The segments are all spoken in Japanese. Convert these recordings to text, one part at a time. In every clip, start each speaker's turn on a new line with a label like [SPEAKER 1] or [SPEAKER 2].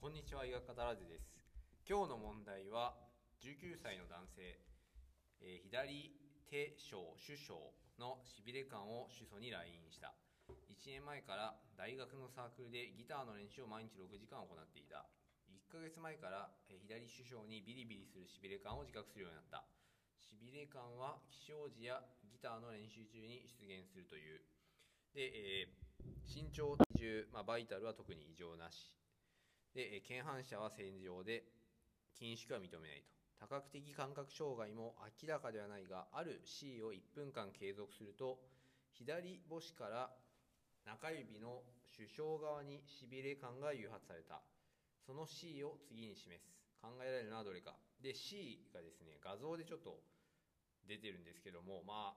[SPEAKER 1] 語らずです今日の問題は19歳の男性、えー左手小手小のしびれ感を主訴に来院した1年前から大学のサークルでギターの練習を毎日6時間行っていた1ヶ月前からえー左手小にビリビリするしびれ感を自覚するようになったしびれ感は起床時やギターの練習中に出現するというで、えー身長、体重、まあ、バイタルは特に異常なしで、えー腱反射は正常で禁縮は認めないと多角的感覚障害も明らかではないがある C を1分間継続すると左母子から中指の首相側にしびれ感が誘発されたその C を次に示す考えられるのはどれかで C がですね画像でちょっと出てるんですけどもまあ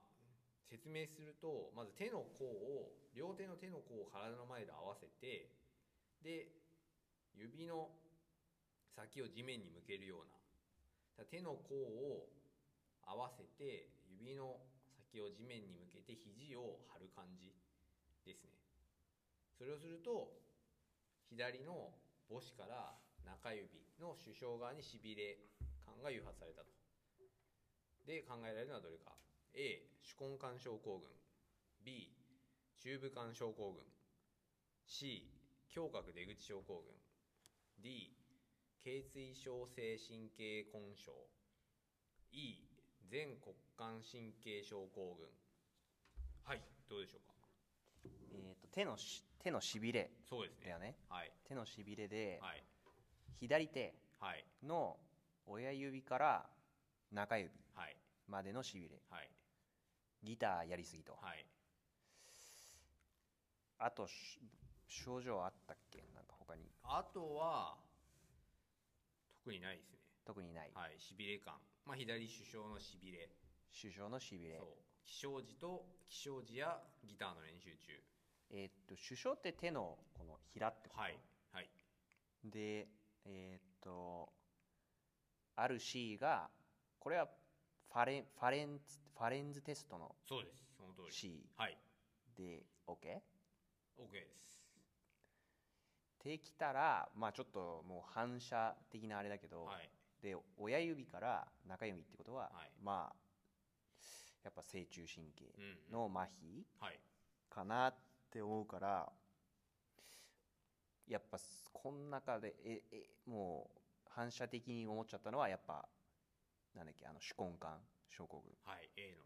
[SPEAKER 1] 説明するとまず手の甲を両手の手の甲を体の前で合わせてで指の先を地面に向けるようなだから手の甲を合わせて指の先を地面に向けて肘を張る感じですねそれをすると左の母子から中指の首相側にしびれ感が誘発されたとで考えられるのはどれか A 手根管症候群 B 中部管症候群 C 胸郭出口症候群 D 頚椎症性神経根症 E 全骨幹神経症候群はいどうでしょうか
[SPEAKER 2] えー、と手のし手のしびれ
[SPEAKER 1] そうですね
[SPEAKER 2] だよね
[SPEAKER 1] はい
[SPEAKER 2] 手のしびれで、
[SPEAKER 1] はい
[SPEAKER 2] 左手
[SPEAKER 1] はい
[SPEAKER 2] の親指から中指
[SPEAKER 1] はい
[SPEAKER 2] までのしびれ
[SPEAKER 1] はい
[SPEAKER 2] ギターやりすぎと
[SPEAKER 1] はい
[SPEAKER 2] あとし症状あったっけなんか他に
[SPEAKER 1] あとは特にないですね
[SPEAKER 2] 特にない、
[SPEAKER 1] はいしびれ感まあ左首相のしびれ
[SPEAKER 2] 首相のしびれ
[SPEAKER 1] そう起床時と起床時やギターの練習中
[SPEAKER 2] えー、と首相って手のこのひらってこと、
[SPEAKER 1] はいはい
[SPEAKER 2] でえっ、とある C がこれはファレンファレンツファレンズテストの
[SPEAKER 1] そうですその通り
[SPEAKER 2] C
[SPEAKER 1] はい
[SPEAKER 2] で OK?
[SPEAKER 1] OK です
[SPEAKER 2] できたらまあちょっともう反射的なあれだけど、
[SPEAKER 1] はい
[SPEAKER 2] で親指から中指ってことは、
[SPEAKER 1] はい
[SPEAKER 2] まあやっぱ正中神経の麻痺
[SPEAKER 1] はい
[SPEAKER 2] かなって思うからやっぱこの中でええもう反射的に思っちゃったのはやっぱなんだっけあの手根管症候群
[SPEAKER 1] はい A の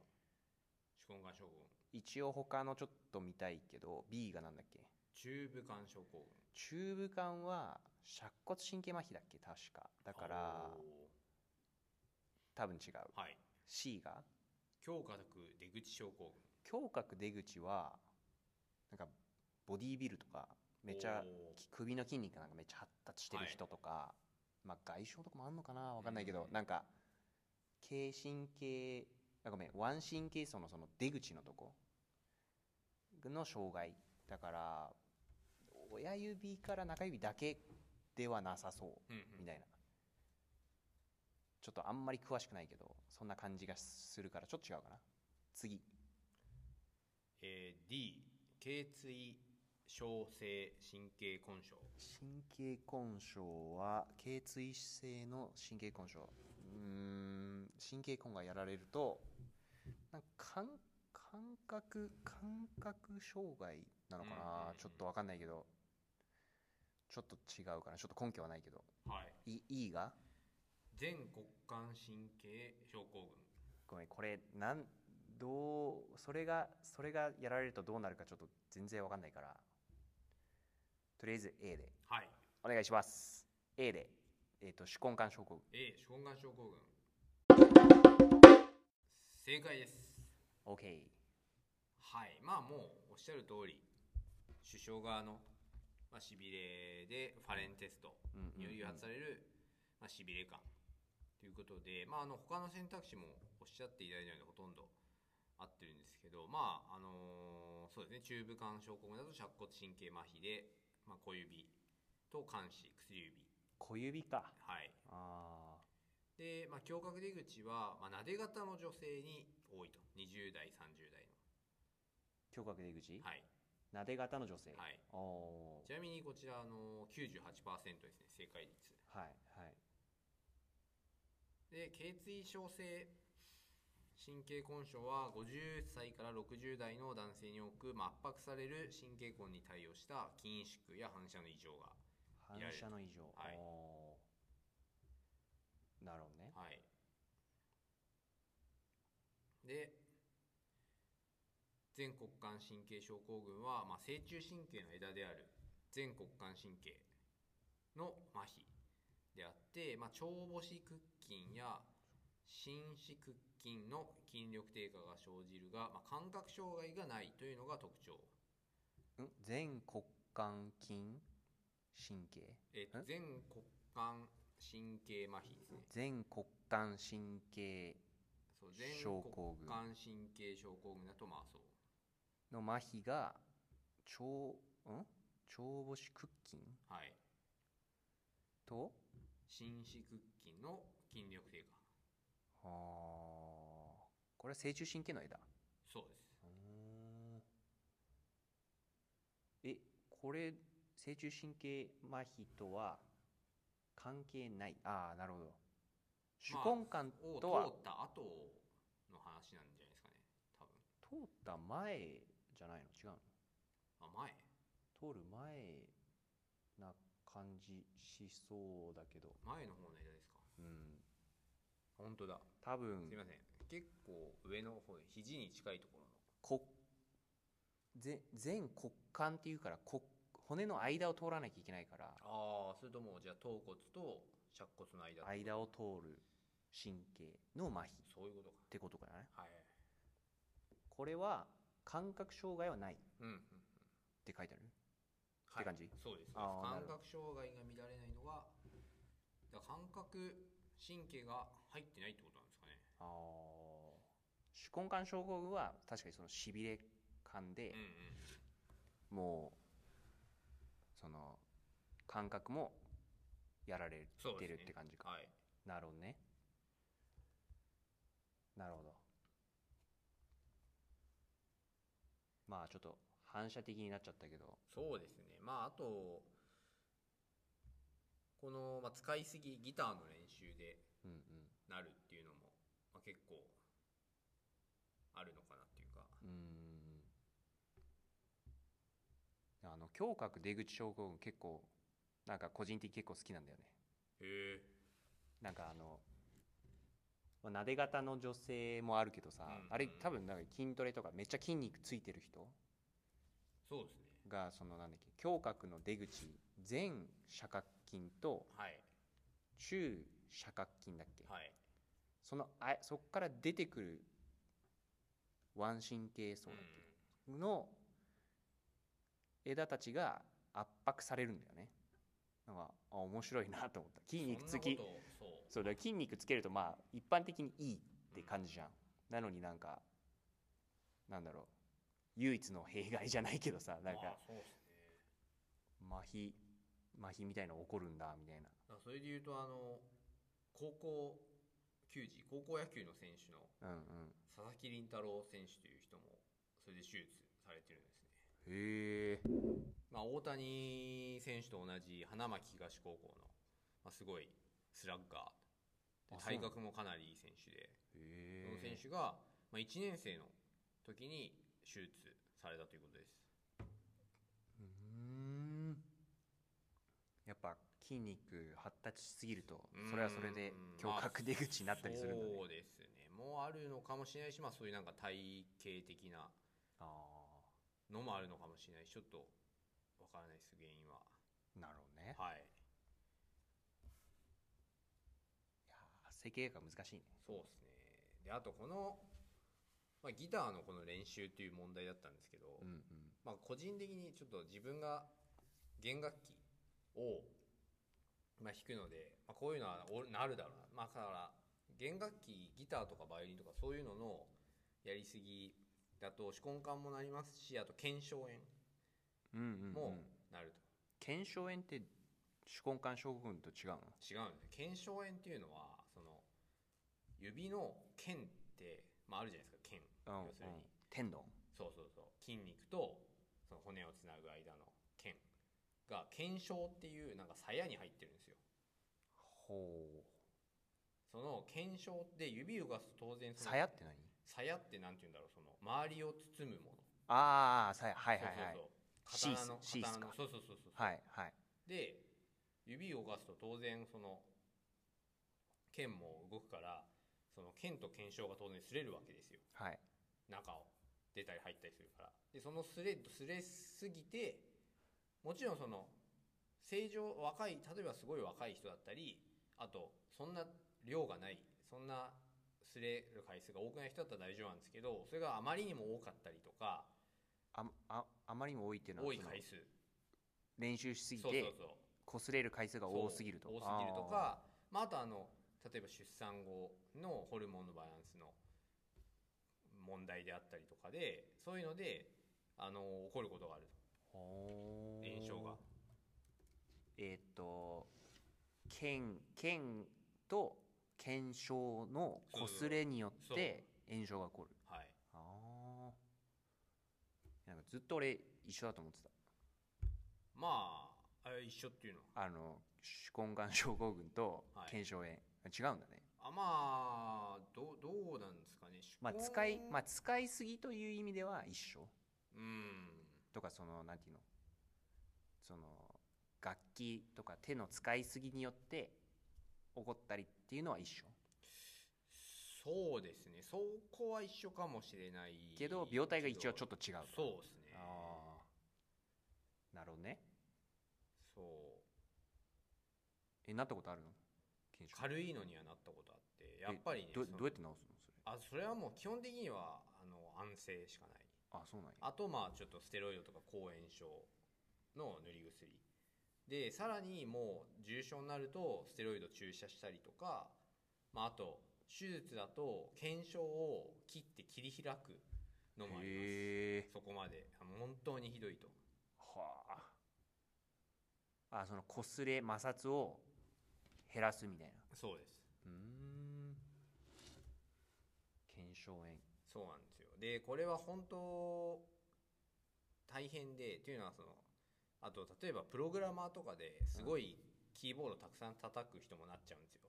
[SPEAKER 1] 手根管症候群
[SPEAKER 2] 一応他のちょっと見たいけど B がなんだっけ
[SPEAKER 1] 中部管症候群
[SPEAKER 2] 中部管は尺骨神経麻痺だっけ確かだから
[SPEAKER 1] お
[SPEAKER 2] 多分違う
[SPEAKER 1] ーはい
[SPEAKER 2] C が
[SPEAKER 1] 強化毒出口症候群
[SPEAKER 2] 胸郭出口はなんかボディービルとかめちゃ
[SPEAKER 1] おー
[SPEAKER 2] き首の筋肉がなんかめっちゃ発達してる人とか、まあ外傷とかもあんのかなわかんないけど、なんか軽神経あごめん腕神経層のその出口のとこの障害だから親指から中指だけではなさそう
[SPEAKER 1] うんうん
[SPEAKER 2] みたいな、ちょっとあんまり詳しくないけどそんな感じがするからちょっと違うかな次
[SPEAKER 1] えー D 頚椎症性神経根症
[SPEAKER 2] 神経根症は頚椎性の神経根症うーん神経根がやられるとなんか感感覚感覚障害なのかな、
[SPEAKER 1] うんうんうん
[SPEAKER 2] ちょっと分かんないけどちょっと違うかなちょっと根拠はないけど
[SPEAKER 1] はい
[SPEAKER 2] い E が
[SPEAKER 1] 全骨幹神経症候群
[SPEAKER 2] ごめんこれなんどうそれがそれがやられるとどうなるかちょっと全然分かんないからとりあえず A で
[SPEAKER 1] はい
[SPEAKER 2] お願いします A で、えー、と手根管症候群
[SPEAKER 1] A 手根管症候群正解です
[SPEAKER 2] OK
[SPEAKER 1] はいまあもうおっしゃる通り首相側のまあしびれでファレンテストにより誘発されるまあしびれ感ということで、まあ、あの他の選択肢もおっしゃっていただいたようにほとんど合ってるんですけどまああのーそうですね中部間症候群だと尺骨神経麻痺で、まあ、小指と関子薬指
[SPEAKER 2] 小指か
[SPEAKER 1] はい
[SPEAKER 2] ああ
[SPEAKER 1] で、まあ、胸郭出口は、まあ、撫で型の女性に多いと20代30代
[SPEAKER 2] 胸郭出口、
[SPEAKER 1] のはい
[SPEAKER 2] なで型の女性。
[SPEAKER 1] はい
[SPEAKER 2] おお
[SPEAKER 1] ちなみにこちらあの98%ですね正解率
[SPEAKER 2] ー。はいはい。
[SPEAKER 1] で頚椎症性神経根症は50歳から60代の男性に多く、まあ圧迫される神経根に対応した筋萎縮や反射の異常が
[SPEAKER 2] 反
[SPEAKER 1] 見られる
[SPEAKER 2] 射の異常。
[SPEAKER 1] はい
[SPEAKER 2] おーなるほどね。
[SPEAKER 1] はいで全骨幹神経症候群は、まあ、正中神経の枝である全骨幹神経の麻痺であって、まあ、腸母子屈筋や心子屈筋の筋力低下が生じるが、まあ、感覚障害がないというのが特徴、
[SPEAKER 2] ん全骨幹筋神経
[SPEAKER 1] え
[SPEAKER 2] え
[SPEAKER 1] 全骨幹神経麻痺ですね
[SPEAKER 2] 全骨幹神経
[SPEAKER 1] そう全骨
[SPEAKER 2] 症候群
[SPEAKER 1] 幹神経症候群だとまあそう
[SPEAKER 2] の麻痺が腸ん腸母子屈筋
[SPEAKER 1] はい
[SPEAKER 2] と
[SPEAKER 1] 心子屈筋の筋力低下
[SPEAKER 2] あーこれは正中神経の枝
[SPEAKER 1] そうです
[SPEAKER 2] えこれ正中神経麻痺とは関係ないああなるほど手
[SPEAKER 1] まあ
[SPEAKER 2] 根管
[SPEAKER 1] を
[SPEAKER 2] とは、
[SPEAKER 1] 通った後の話なんじゃないですかね多分
[SPEAKER 2] 通った前じゃないの違うの
[SPEAKER 1] あ前
[SPEAKER 2] 通る前な感じしそうだけど
[SPEAKER 1] 前の方の枝ですか
[SPEAKER 2] うん
[SPEAKER 1] 本当だ
[SPEAKER 2] 多
[SPEAKER 1] す
[SPEAKER 2] 分
[SPEAKER 1] いません結構上の方で肘に近いところの
[SPEAKER 2] こぜ全骨幹っていうからこ骨の間を通らなきゃいけないから
[SPEAKER 1] ああそれともじゃあ頭骨と尺骨の間
[SPEAKER 2] 間を通る神経の麻痺っ
[SPEAKER 1] そういうことか
[SPEAKER 2] てことかね
[SPEAKER 1] はい
[SPEAKER 2] これは感覚障害はないっ
[SPEAKER 1] うん、うん、
[SPEAKER 2] て書いてある
[SPEAKER 1] はい
[SPEAKER 2] って感じ
[SPEAKER 1] そうです
[SPEAKER 2] あーな
[SPEAKER 1] 感
[SPEAKER 2] るほど
[SPEAKER 1] 覚障害が見られないのはだから感覚神経が入ってないってことなんですかね
[SPEAKER 2] あ手根管症候群は確かにそのしびれ感で、
[SPEAKER 1] うんうん
[SPEAKER 2] もうその感覚もやられ
[SPEAKER 1] そう
[SPEAKER 2] て
[SPEAKER 1] ですね
[SPEAKER 2] るって感じか、
[SPEAKER 1] はい
[SPEAKER 2] なるほどねなるほどまあちょっと反射的になっちゃったけど
[SPEAKER 1] そうですねまああとこの、まあ、使いすぎギターの練習で
[SPEAKER 2] うんうん
[SPEAKER 1] なるっていうのも、まあ、結構あるのかなっていうか
[SPEAKER 2] うーんあの胸郭出口症候群結構なんか個人的に結構好きなんだよね
[SPEAKER 1] へえ
[SPEAKER 2] なんかあのまあなで型の女性もあるけどさ、
[SPEAKER 1] うん
[SPEAKER 2] あれ多分なんか筋トレとかめっちゃ筋肉ついてる人
[SPEAKER 1] そうですね
[SPEAKER 2] がそのなんだっけ胸郭の出口前斜角筋と
[SPEAKER 1] はい
[SPEAKER 2] 中斜角筋だっけ、
[SPEAKER 1] はい
[SPEAKER 2] そのあそこから出てくる腕神経層だっけの枝たちが圧迫されるんだよねなんかあ面白いなと思った筋
[SPEAKER 1] うん
[SPEAKER 2] 肉つき
[SPEAKER 1] そんなことそう
[SPEAKER 2] そうだから筋肉つけるとまあ一般的にいいって感じじゃん、なのになんかなんだろう唯一の弊害じゃないけどさなん
[SPEAKER 1] まあ
[SPEAKER 2] か
[SPEAKER 1] そうですね
[SPEAKER 2] 麻痺麻痺みたいなの起こるんだみたいな
[SPEAKER 1] だからそれで言うとあの高校球児高校野球の選手の
[SPEAKER 2] うんうん
[SPEAKER 1] 佐々木麟太郎選手という人もそれで手術されてるんですね
[SPEAKER 2] へえ
[SPEAKER 1] まあ、大谷選手と同じ花巻東高校の、まあ、すごいスラッガーで
[SPEAKER 2] あそうな
[SPEAKER 1] 体
[SPEAKER 2] の
[SPEAKER 1] 格もかなりいい選手でそ
[SPEAKER 2] へ
[SPEAKER 1] の選
[SPEAKER 2] え
[SPEAKER 1] 手が、まあ、1年生の時に手術されたということです
[SPEAKER 2] うーんやっぱ筋肉発達しすぎるとそれはそれで
[SPEAKER 1] うん
[SPEAKER 2] 胸郭出口になったりするんだ
[SPEAKER 1] ま
[SPEAKER 2] ね
[SPEAKER 1] あそうですねもうあるのかもしれないし、まあ、そういうなんか体型的な
[SPEAKER 2] あ
[SPEAKER 1] のもあるのかもしれないしちょっとわからないです原因は
[SPEAKER 2] あなるほどね
[SPEAKER 1] はい
[SPEAKER 2] いやー整形外科難しいね
[SPEAKER 1] そうですねであとこの、まあ、ギターのこの練習という問題だったんですけど、
[SPEAKER 2] うんうん
[SPEAKER 1] まあ、個人的にちょっと自分が弦楽器を、まあ、弾くので、まあ、こういうのはおなるだろうな、まあ、だから弦楽器ギターとかバイオリンとかそういうののやりすぎだと手根管もなりますしあと腱鞘
[SPEAKER 2] うんうん、う
[SPEAKER 1] 炎
[SPEAKER 2] ん、
[SPEAKER 1] もなると、
[SPEAKER 2] 腱鞘炎って手根管症候群と違うの
[SPEAKER 1] 違うんです腱鞘炎っていうのはその指の腱って、まあ、あるじゃないですか腱、
[SPEAKER 2] うん、うん
[SPEAKER 1] 要するに、
[SPEAKER 2] 天丼
[SPEAKER 1] そうそうそう筋肉とそその骨をつなぐ間の剣が剣鞘っていうなんか鞘に入ってるんですよ
[SPEAKER 2] ほ
[SPEAKER 1] その剣鞘で指を動かすと当然
[SPEAKER 2] う
[SPEAKER 1] その
[SPEAKER 2] 鞘って何
[SPEAKER 1] 鞘ってなんて言うんだろうその周りを包むもの
[SPEAKER 2] ああ鞘はいはいはいシ
[SPEAKER 1] そうそう
[SPEAKER 2] ース
[SPEAKER 1] そう
[SPEAKER 2] シース
[SPEAKER 1] 刀の刀の
[SPEAKER 2] か
[SPEAKER 1] そうそうそうそう、
[SPEAKER 2] はいはい
[SPEAKER 1] で指を動かすと当然その剣も動くからその剣と剣鞘が当然擦れるわけですよ
[SPEAKER 2] はい
[SPEAKER 1] 中を出たり入ったりするからでそのスレすれすぎてもちろんその正常若い例えばすごい若い人だったりあとそんな量がないそんなすれる回数が多くない人だったら大丈夫なんですけどそれがあまりにも多かったりとか
[SPEAKER 2] あああまりにも多いっていうのは
[SPEAKER 1] 多い
[SPEAKER 2] その
[SPEAKER 1] 回数
[SPEAKER 2] 練習しすぎ
[SPEAKER 1] そうそう
[SPEAKER 2] て
[SPEAKER 1] そう
[SPEAKER 2] 擦れる回数が多すぎると
[SPEAKER 1] そう多すぎるとかまあ、あとあの例えば出産後のホルモンのバランスの問題であったりとかでそういうのであの起こることがある
[SPEAKER 2] あーほー
[SPEAKER 1] 炎症が
[SPEAKER 2] えーっと腱腱と腱鞘の擦れによって炎症が起こる
[SPEAKER 1] はい
[SPEAKER 2] ああなんかずっと俺一緒だと思ってた
[SPEAKER 1] まああれ一緒っていうの
[SPEAKER 2] あの手根管症候群と
[SPEAKER 1] はい
[SPEAKER 2] 腱鞘炎、違うんだね
[SPEAKER 1] はあまあどうどうなんですかね
[SPEAKER 2] まあ
[SPEAKER 1] 手根
[SPEAKER 2] 使い、まあ、使いすぎという意味では一緒
[SPEAKER 1] うん
[SPEAKER 2] とかそのなんていうのその楽器とか手の使いすぎによって起こったりっていうのは一緒
[SPEAKER 1] そうですねそこは一緒かもしれない
[SPEAKER 2] けど病態が一応ちょっ
[SPEAKER 1] っ
[SPEAKER 2] と違うと
[SPEAKER 1] そうですね
[SPEAKER 2] ああなるほどね
[SPEAKER 1] そう
[SPEAKER 2] えなったことあるの軽症
[SPEAKER 1] 軽いのにはなったことあってやっぱりね
[SPEAKER 2] ど
[SPEAKER 1] その
[SPEAKER 2] どうやって治すのそれ
[SPEAKER 1] あそれはもう基本的にはあの安静しかない
[SPEAKER 2] あそうなんや
[SPEAKER 1] あとまあちょっとステロイドとか抗炎症の塗り薬でさらにもう重症になるとステロイド注射したりとか、まあ、あと手術だと腱鞘を切って切り開くのもあり
[SPEAKER 2] へ
[SPEAKER 1] ますそこまであの本当にひどいと
[SPEAKER 2] はああその擦れ摩擦を減らすみたいな
[SPEAKER 1] そうです
[SPEAKER 2] うーん腱鞘炎
[SPEAKER 1] そうなんですよでこれは本当大変でというのはそのあと例えばプログラマーとかですごいキーボードたくさん叩く人もなっちゃうんですよ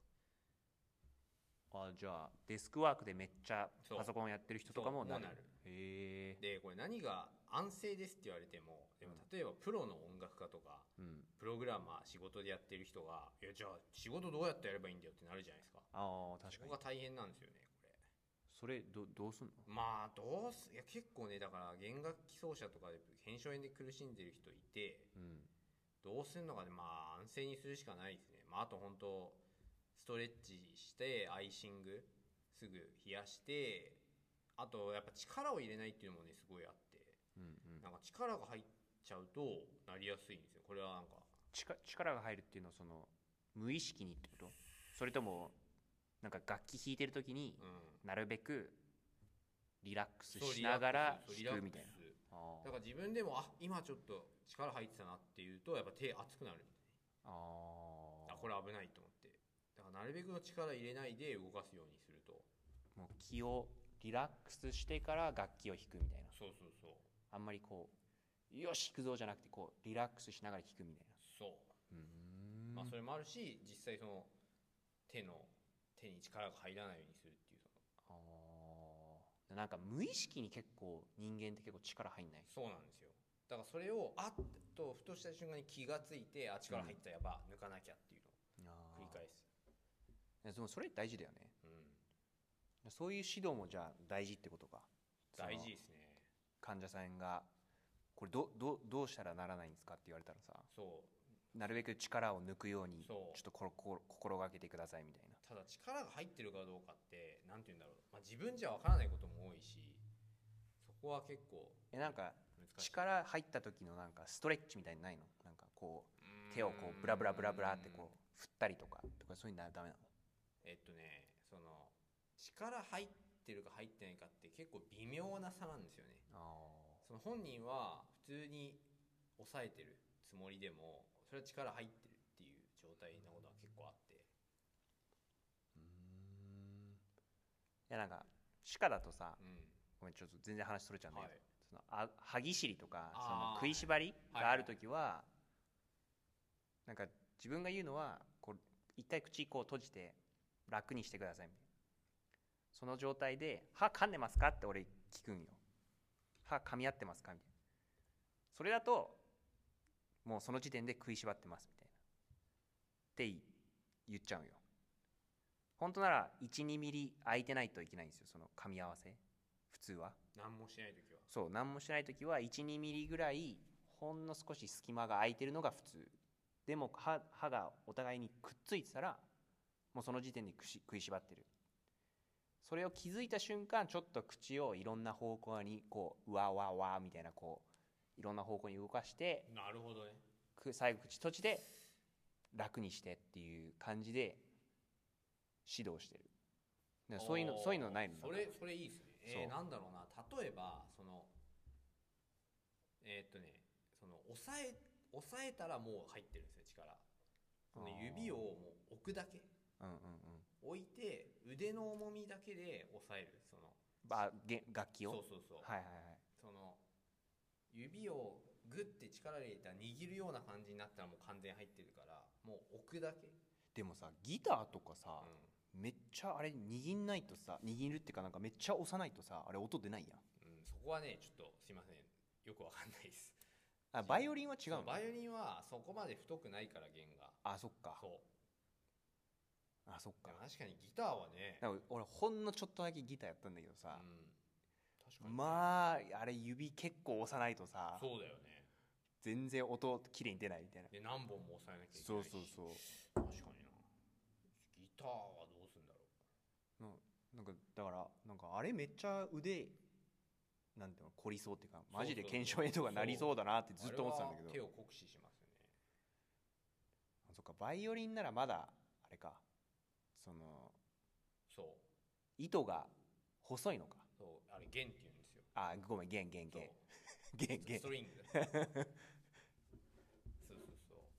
[SPEAKER 2] あじゃあデスクワークでめっちゃ
[SPEAKER 1] そう
[SPEAKER 2] パソコンやってる人とか
[SPEAKER 1] そ
[SPEAKER 2] も
[SPEAKER 1] うも
[SPEAKER 2] な
[SPEAKER 1] う
[SPEAKER 2] る
[SPEAKER 1] なる
[SPEAKER 2] へえ
[SPEAKER 1] でこれ何が安静ですって言われてもでも例えばプロの音楽家とか
[SPEAKER 2] うん
[SPEAKER 1] プログラマー仕事でやってる人がいやじゃあ仕事どうやってやればいいんだよってなるじゃないですか
[SPEAKER 2] ああ確か
[SPEAKER 1] こ
[SPEAKER 2] に
[SPEAKER 1] こが大変なんですよねこれ
[SPEAKER 2] それどどうすんの
[SPEAKER 1] まあどうすいや結構ねだから弦楽器奏者とかで腱鞘炎で苦しんでる人いて
[SPEAKER 2] うん
[SPEAKER 1] どうするのかね、まあ、安静にするしかないですね。まあ、あと本当、ストレッチして、アイシング、すぐ冷やして、あと、やっぱ力を入れないっていうのもね、すごいあって、
[SPEAKER 2] うんうん
[SPEAKER 1] なんか力が入っちゃうと、なりやすいんですよ。これはなんか、
[SPEAKER 2] 力力が入るっていうのはその無意識にってことそれともなんか楽器弾いてる時に
[SPEAKER 1] うん。
[SPEAKER 2] なるべくリラックス
[SPEAKER 1] そう
[SPEAKER 2] しながら
[SPEAKER 1] リラック
[SPEAKER 2] 弾く
[SPEAKER 1] ス
[SPEAKER 2] みたいな
[SPEAKER 1] リラックス
[SPEAKER 2] あー
[SPEAKER 1] だから自分でも、あ、今ちょっと力入ってたなっていうと、やっぱ手熱くなる。
[SPEAKER 2] あー
[SPEAKER 1] あ、これ危ないと思って。だからなるべくの力入れないで動かすようにすると。
[SPEAKER 2] もう気をリラックスしてから楽器を弾くみたいな
[SPEAKER 1] そうそうそう。
[SPEAKER 2] あんまりこうよし弾くぞじゃなくてこうリラックスしながら弾くみたいな
[SPEAKER 1] そう。
[SPEAKER 2] うーん
[SPEAKER 1] まあ、それもあるし実際その手の手に力が入らないようにするっていう
[SPEAKER 2] あーなんか無意識に結構人間って結構力入んない
[SPEAKER 1] そのそうなんですよだからそれをあっとふとした瞬間に気がついてあ力入ったやば抜かなきゃっていうのを繰り返す、
[SPEAKER 2] いやでもそれ大事だよね
[SPEAKER 1] うん、
[SPEAKER 2] そういう指導もじゃあ大事ってことか
[SPEAKER 1] 大事
[SPEAKER 2] その
[SPEAKER 1] ですね
[SPEAKER 2] 患者さんがこれどどどうしたらならないんですかって言われたらさ
[SPEAKER 1] そう
[SPEAKER 2] なるべく力を抜くようにち
[SPEAKER 1] そ
[SPEAKER 2] ょ
[SPEAKER 1] う
[SPEAKER 2] っところころ心がけてくださいみたい
[SPEAKER 1] た
[SPEAKER 2] な
[SPEAKER 1] だ力が入ってるかどうかって何て言うんだろう、まあ、自分じゃわからないことも多いしそこは結構
[SPEAKER 2] えなんか
[SPEAKER 1] 難しい
[SPEAKER 2] 力入った時のなんかストレッチみたいにないのなんかこ
[SPEAKER 1] う
[SPEAKER 2] うん手をこうブラブラブラブラってこう振ったりとかとかそういうのはダメなの
[SPEAKER 1] えっとねその力入ってるか入ってないかって結構微妙な差なんですよねその本人は普通に抑えてるつもりでもそれは力入ってるっていう状態なことは結構あって
[SPEAKER 2] うーんいやなんか歯科だとさ
[SPEAKER 1] うん
[SPEAKER 2] ごめんちょっと全然話それちゃうんだけど、
[SPEAKER 1] はい
[SPEAKER 2] そそのあ歯ぎしりとかそ
[SPEAKER 1] あ
[SPEAKER 2] の
[SPEAKER 1] ー
[SPEAKER 2] 食いしばり
[SPEAKER 1] はい
[SPEAKER 2] がある時はなんか自分が言うのはこう一回口こう閉じて楽にしてくださいみたいなその状態で「歯噛んでますか?」って俺聞くんよ歯噛み合ってますかみたいなそれだともうその時点で食いしばってますみたいなってい言っちゃうよ本当なら12ミリ空いてないといけないんですよその噛み合わせ普通は
[SPEAKER 1] 何もしない時は
[SPEAKER 2] そう何もしない時は12ミリぐらいほんの少し隙間が空いてるのが普通でも歯歯がお互いにくっついてたらもうその時点でくし食いしばってるそれを気づいた瞬間ちょっと口をいろんな方向にこううわわわみたいなこういろんな方向に動かして
[SPEAKER 1] なるほどね
[SPEAKER 2] く最後口閉じて楽にしてっていう感じで指導してるだからそういう
[SPEAKER 1] お
[SPEAKER 2] の
[SPEAKER 1] ー
[SPEAKER 2] そういうのないの
[SPEAKER 1] それそれいいですね
[SPEAKER 2] そ
[SPEAKER 1] え
[SPEAKER 2] う
[SPEAKER 1] ー、なんだろうな例えばそのえーっとねその押さえ押さえたらもう入ってるんですよ力その指を、もう置くだけ
[SPEAKER 2] うんうんうん、
[SPEAKER 1] 置いて腕の重みだけで押さえるその
[SPEAKER 2] ばげ楽器を
[SPEAKER 1] そうそうそう、
[SPEAKER 2] はいはい
[SPEAKER 1] その指をグッて力入れたら握るような感じになったらもう完全入ってるからもう置くだけ、
[SPEAKER 2] でもさギターとかさ
[SPEAKER 1] う、ん
[SPEAKER 2] めっちゃあれ握んないとさ握るっていうかなんかめっちゃ押さないとさあれ音出ないやん
[SPEAKER 1] うん、そこはねちょっとすいませんよくわかんないです
[SPEAKER 2] あバイオリンは違
[SPEAKER 1] そ
[SPEAKER 2] うの
[SPEAKER 1] バイオリンはそこまで太くないから弦が
[SPEAKER 2] あそっか
[SPEAKER 1] そう
[SPEAKER 2] あそっ
[SPEAKER 1] で
[SPEAKER 2] か
[SPEAKER 1] も確かにギターはね
[SPEAKER 2] なんか俺ほんのちょっとだけギターやったんだけど
[SPEAKER 1] う
[SPEAKER 2] さ、
[SPEAKER 1] ん確かに
[SPEAKER 2] まああれ指結構押さないとさ
[SPEAKER 1] そうだよね
[SPEAKER 2] 全然音きれいに出ないみたいな
[SPEAKER 1] で何本も押さえなきゃいけないし
[SPEAKER 2] そうそうそう
[SPEAKER 1] 確かになギターはどうすんだろ
[SPEAKER 2] なんかだからなんかあれめっちゃ腕なんていうの凝りそうっていうかマジで
[SPEAKER 1] そうそう
[SPEAKER 2] 腱鞘炎とかなりそうだなって
[SPEAKER 1] う
[SPEAKER 2] ずっと思ってたんだけ
[SPEAKER 1] あ
[SPEAKER 2] ど
[SPEAKER 1] れは手を酷使しますよね
[SPEAKER 2] あそっかバイオリンならまだあれかその
[SPEAKER 1] そう
[SPEAKER 2] 糸が細いのか
[SPEAKER 1] そうあれ弦って言うんですよ
[SPEAKER 2] あごめん弦弦
[SPEAKER 1] そう
[SPEAKER 2] 弦弦弦
[SPEAKER 1] ストリ ングそうそうそう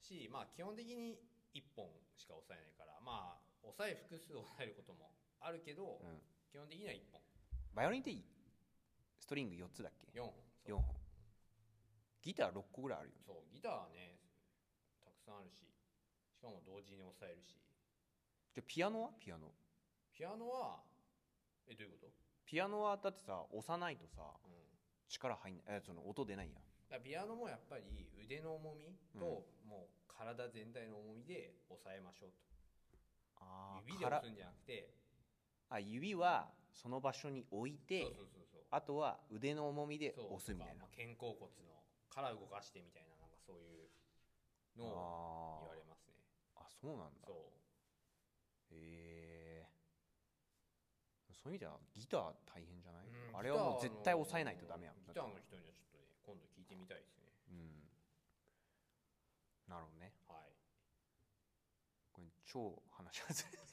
[SPEAKER 1] しまあ基本的に1本しか押さえないからまあ押さえ複数押さえることもあるけど、
[SPEAKER 2] うん
[SPEAKER 1] 基本的には1本
[SPEAKER 2] バイオリンっていいストリング4つだっけ
[SPEAKER 1] 4本
[SPEAKER 2] 4
[SPEAKER 1] そう
[SPEAKER 2] 本ギター6個ぐらいあるよね
[SPEAKER 1] そうギターはねたくさんあるししかも同時に押さえるし
[SPEAKER 2] じゃあピアノはピアノ
[SPEAKER 1] ピアノはえどういうこと、
[SPEAKER 2] ピアノはだってさ押さないとさ
[SPEAKER 1] うん、
[SPEAKER 2] 力入んないえその音出ないや
[SPEAKER 1] だ
[SPEAKER 2] ん
[SPEAKER 1] からピアノもやっぱり腕の重みと、もう体全体の重みで押さえましょうと
[SPEAKER 2] あー
[SPEAKER 1] 指で
[SPEAKER 2] から
[SPEAKER 1] 押すんじゃなくて
[SPEAKER 2] あ指はその場所に置いて
[SPEAKER 1] そうそうそうそう
[SPEAKER 2] あとは腕の重みで
[SPEAKER 1] そう
[SPEAKER 2] 押すみたい
[SPEAKER 1] と
[SPEAKER 2] な
[SPEAKER 1] かまあ肩甲骨のから動かしてみたいななんかそういうのを
[SPEAKER 2] あ
[SPEAKER 1] 言われますね
[SPEAKER 2] ーあそうなんだ
[SPEAKER 1] そう
[SPEAKER 2] へえそういう意味ではギター大変じゃない、
[SPEAKER 1] うん
[SPEAKER 2] あれはもう絶対押さえないとダメやん
[SPEAKER 1] ギターの人にはちょっとね今度聞いてみたいですね
[SPEAKER 2] うんなるほどね
[SPEAKER 1] はい
[SPEAKER 2] これ超話しずれた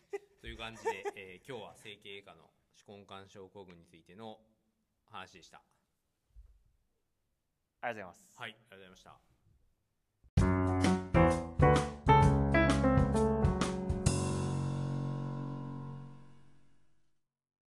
[SPEAKER 1] という感じで、えー今日は整形外科の手根管症候群についての話でした
[SPEAKER 2] ありがとうございます
[SPEAKER 1] はいありがとうございました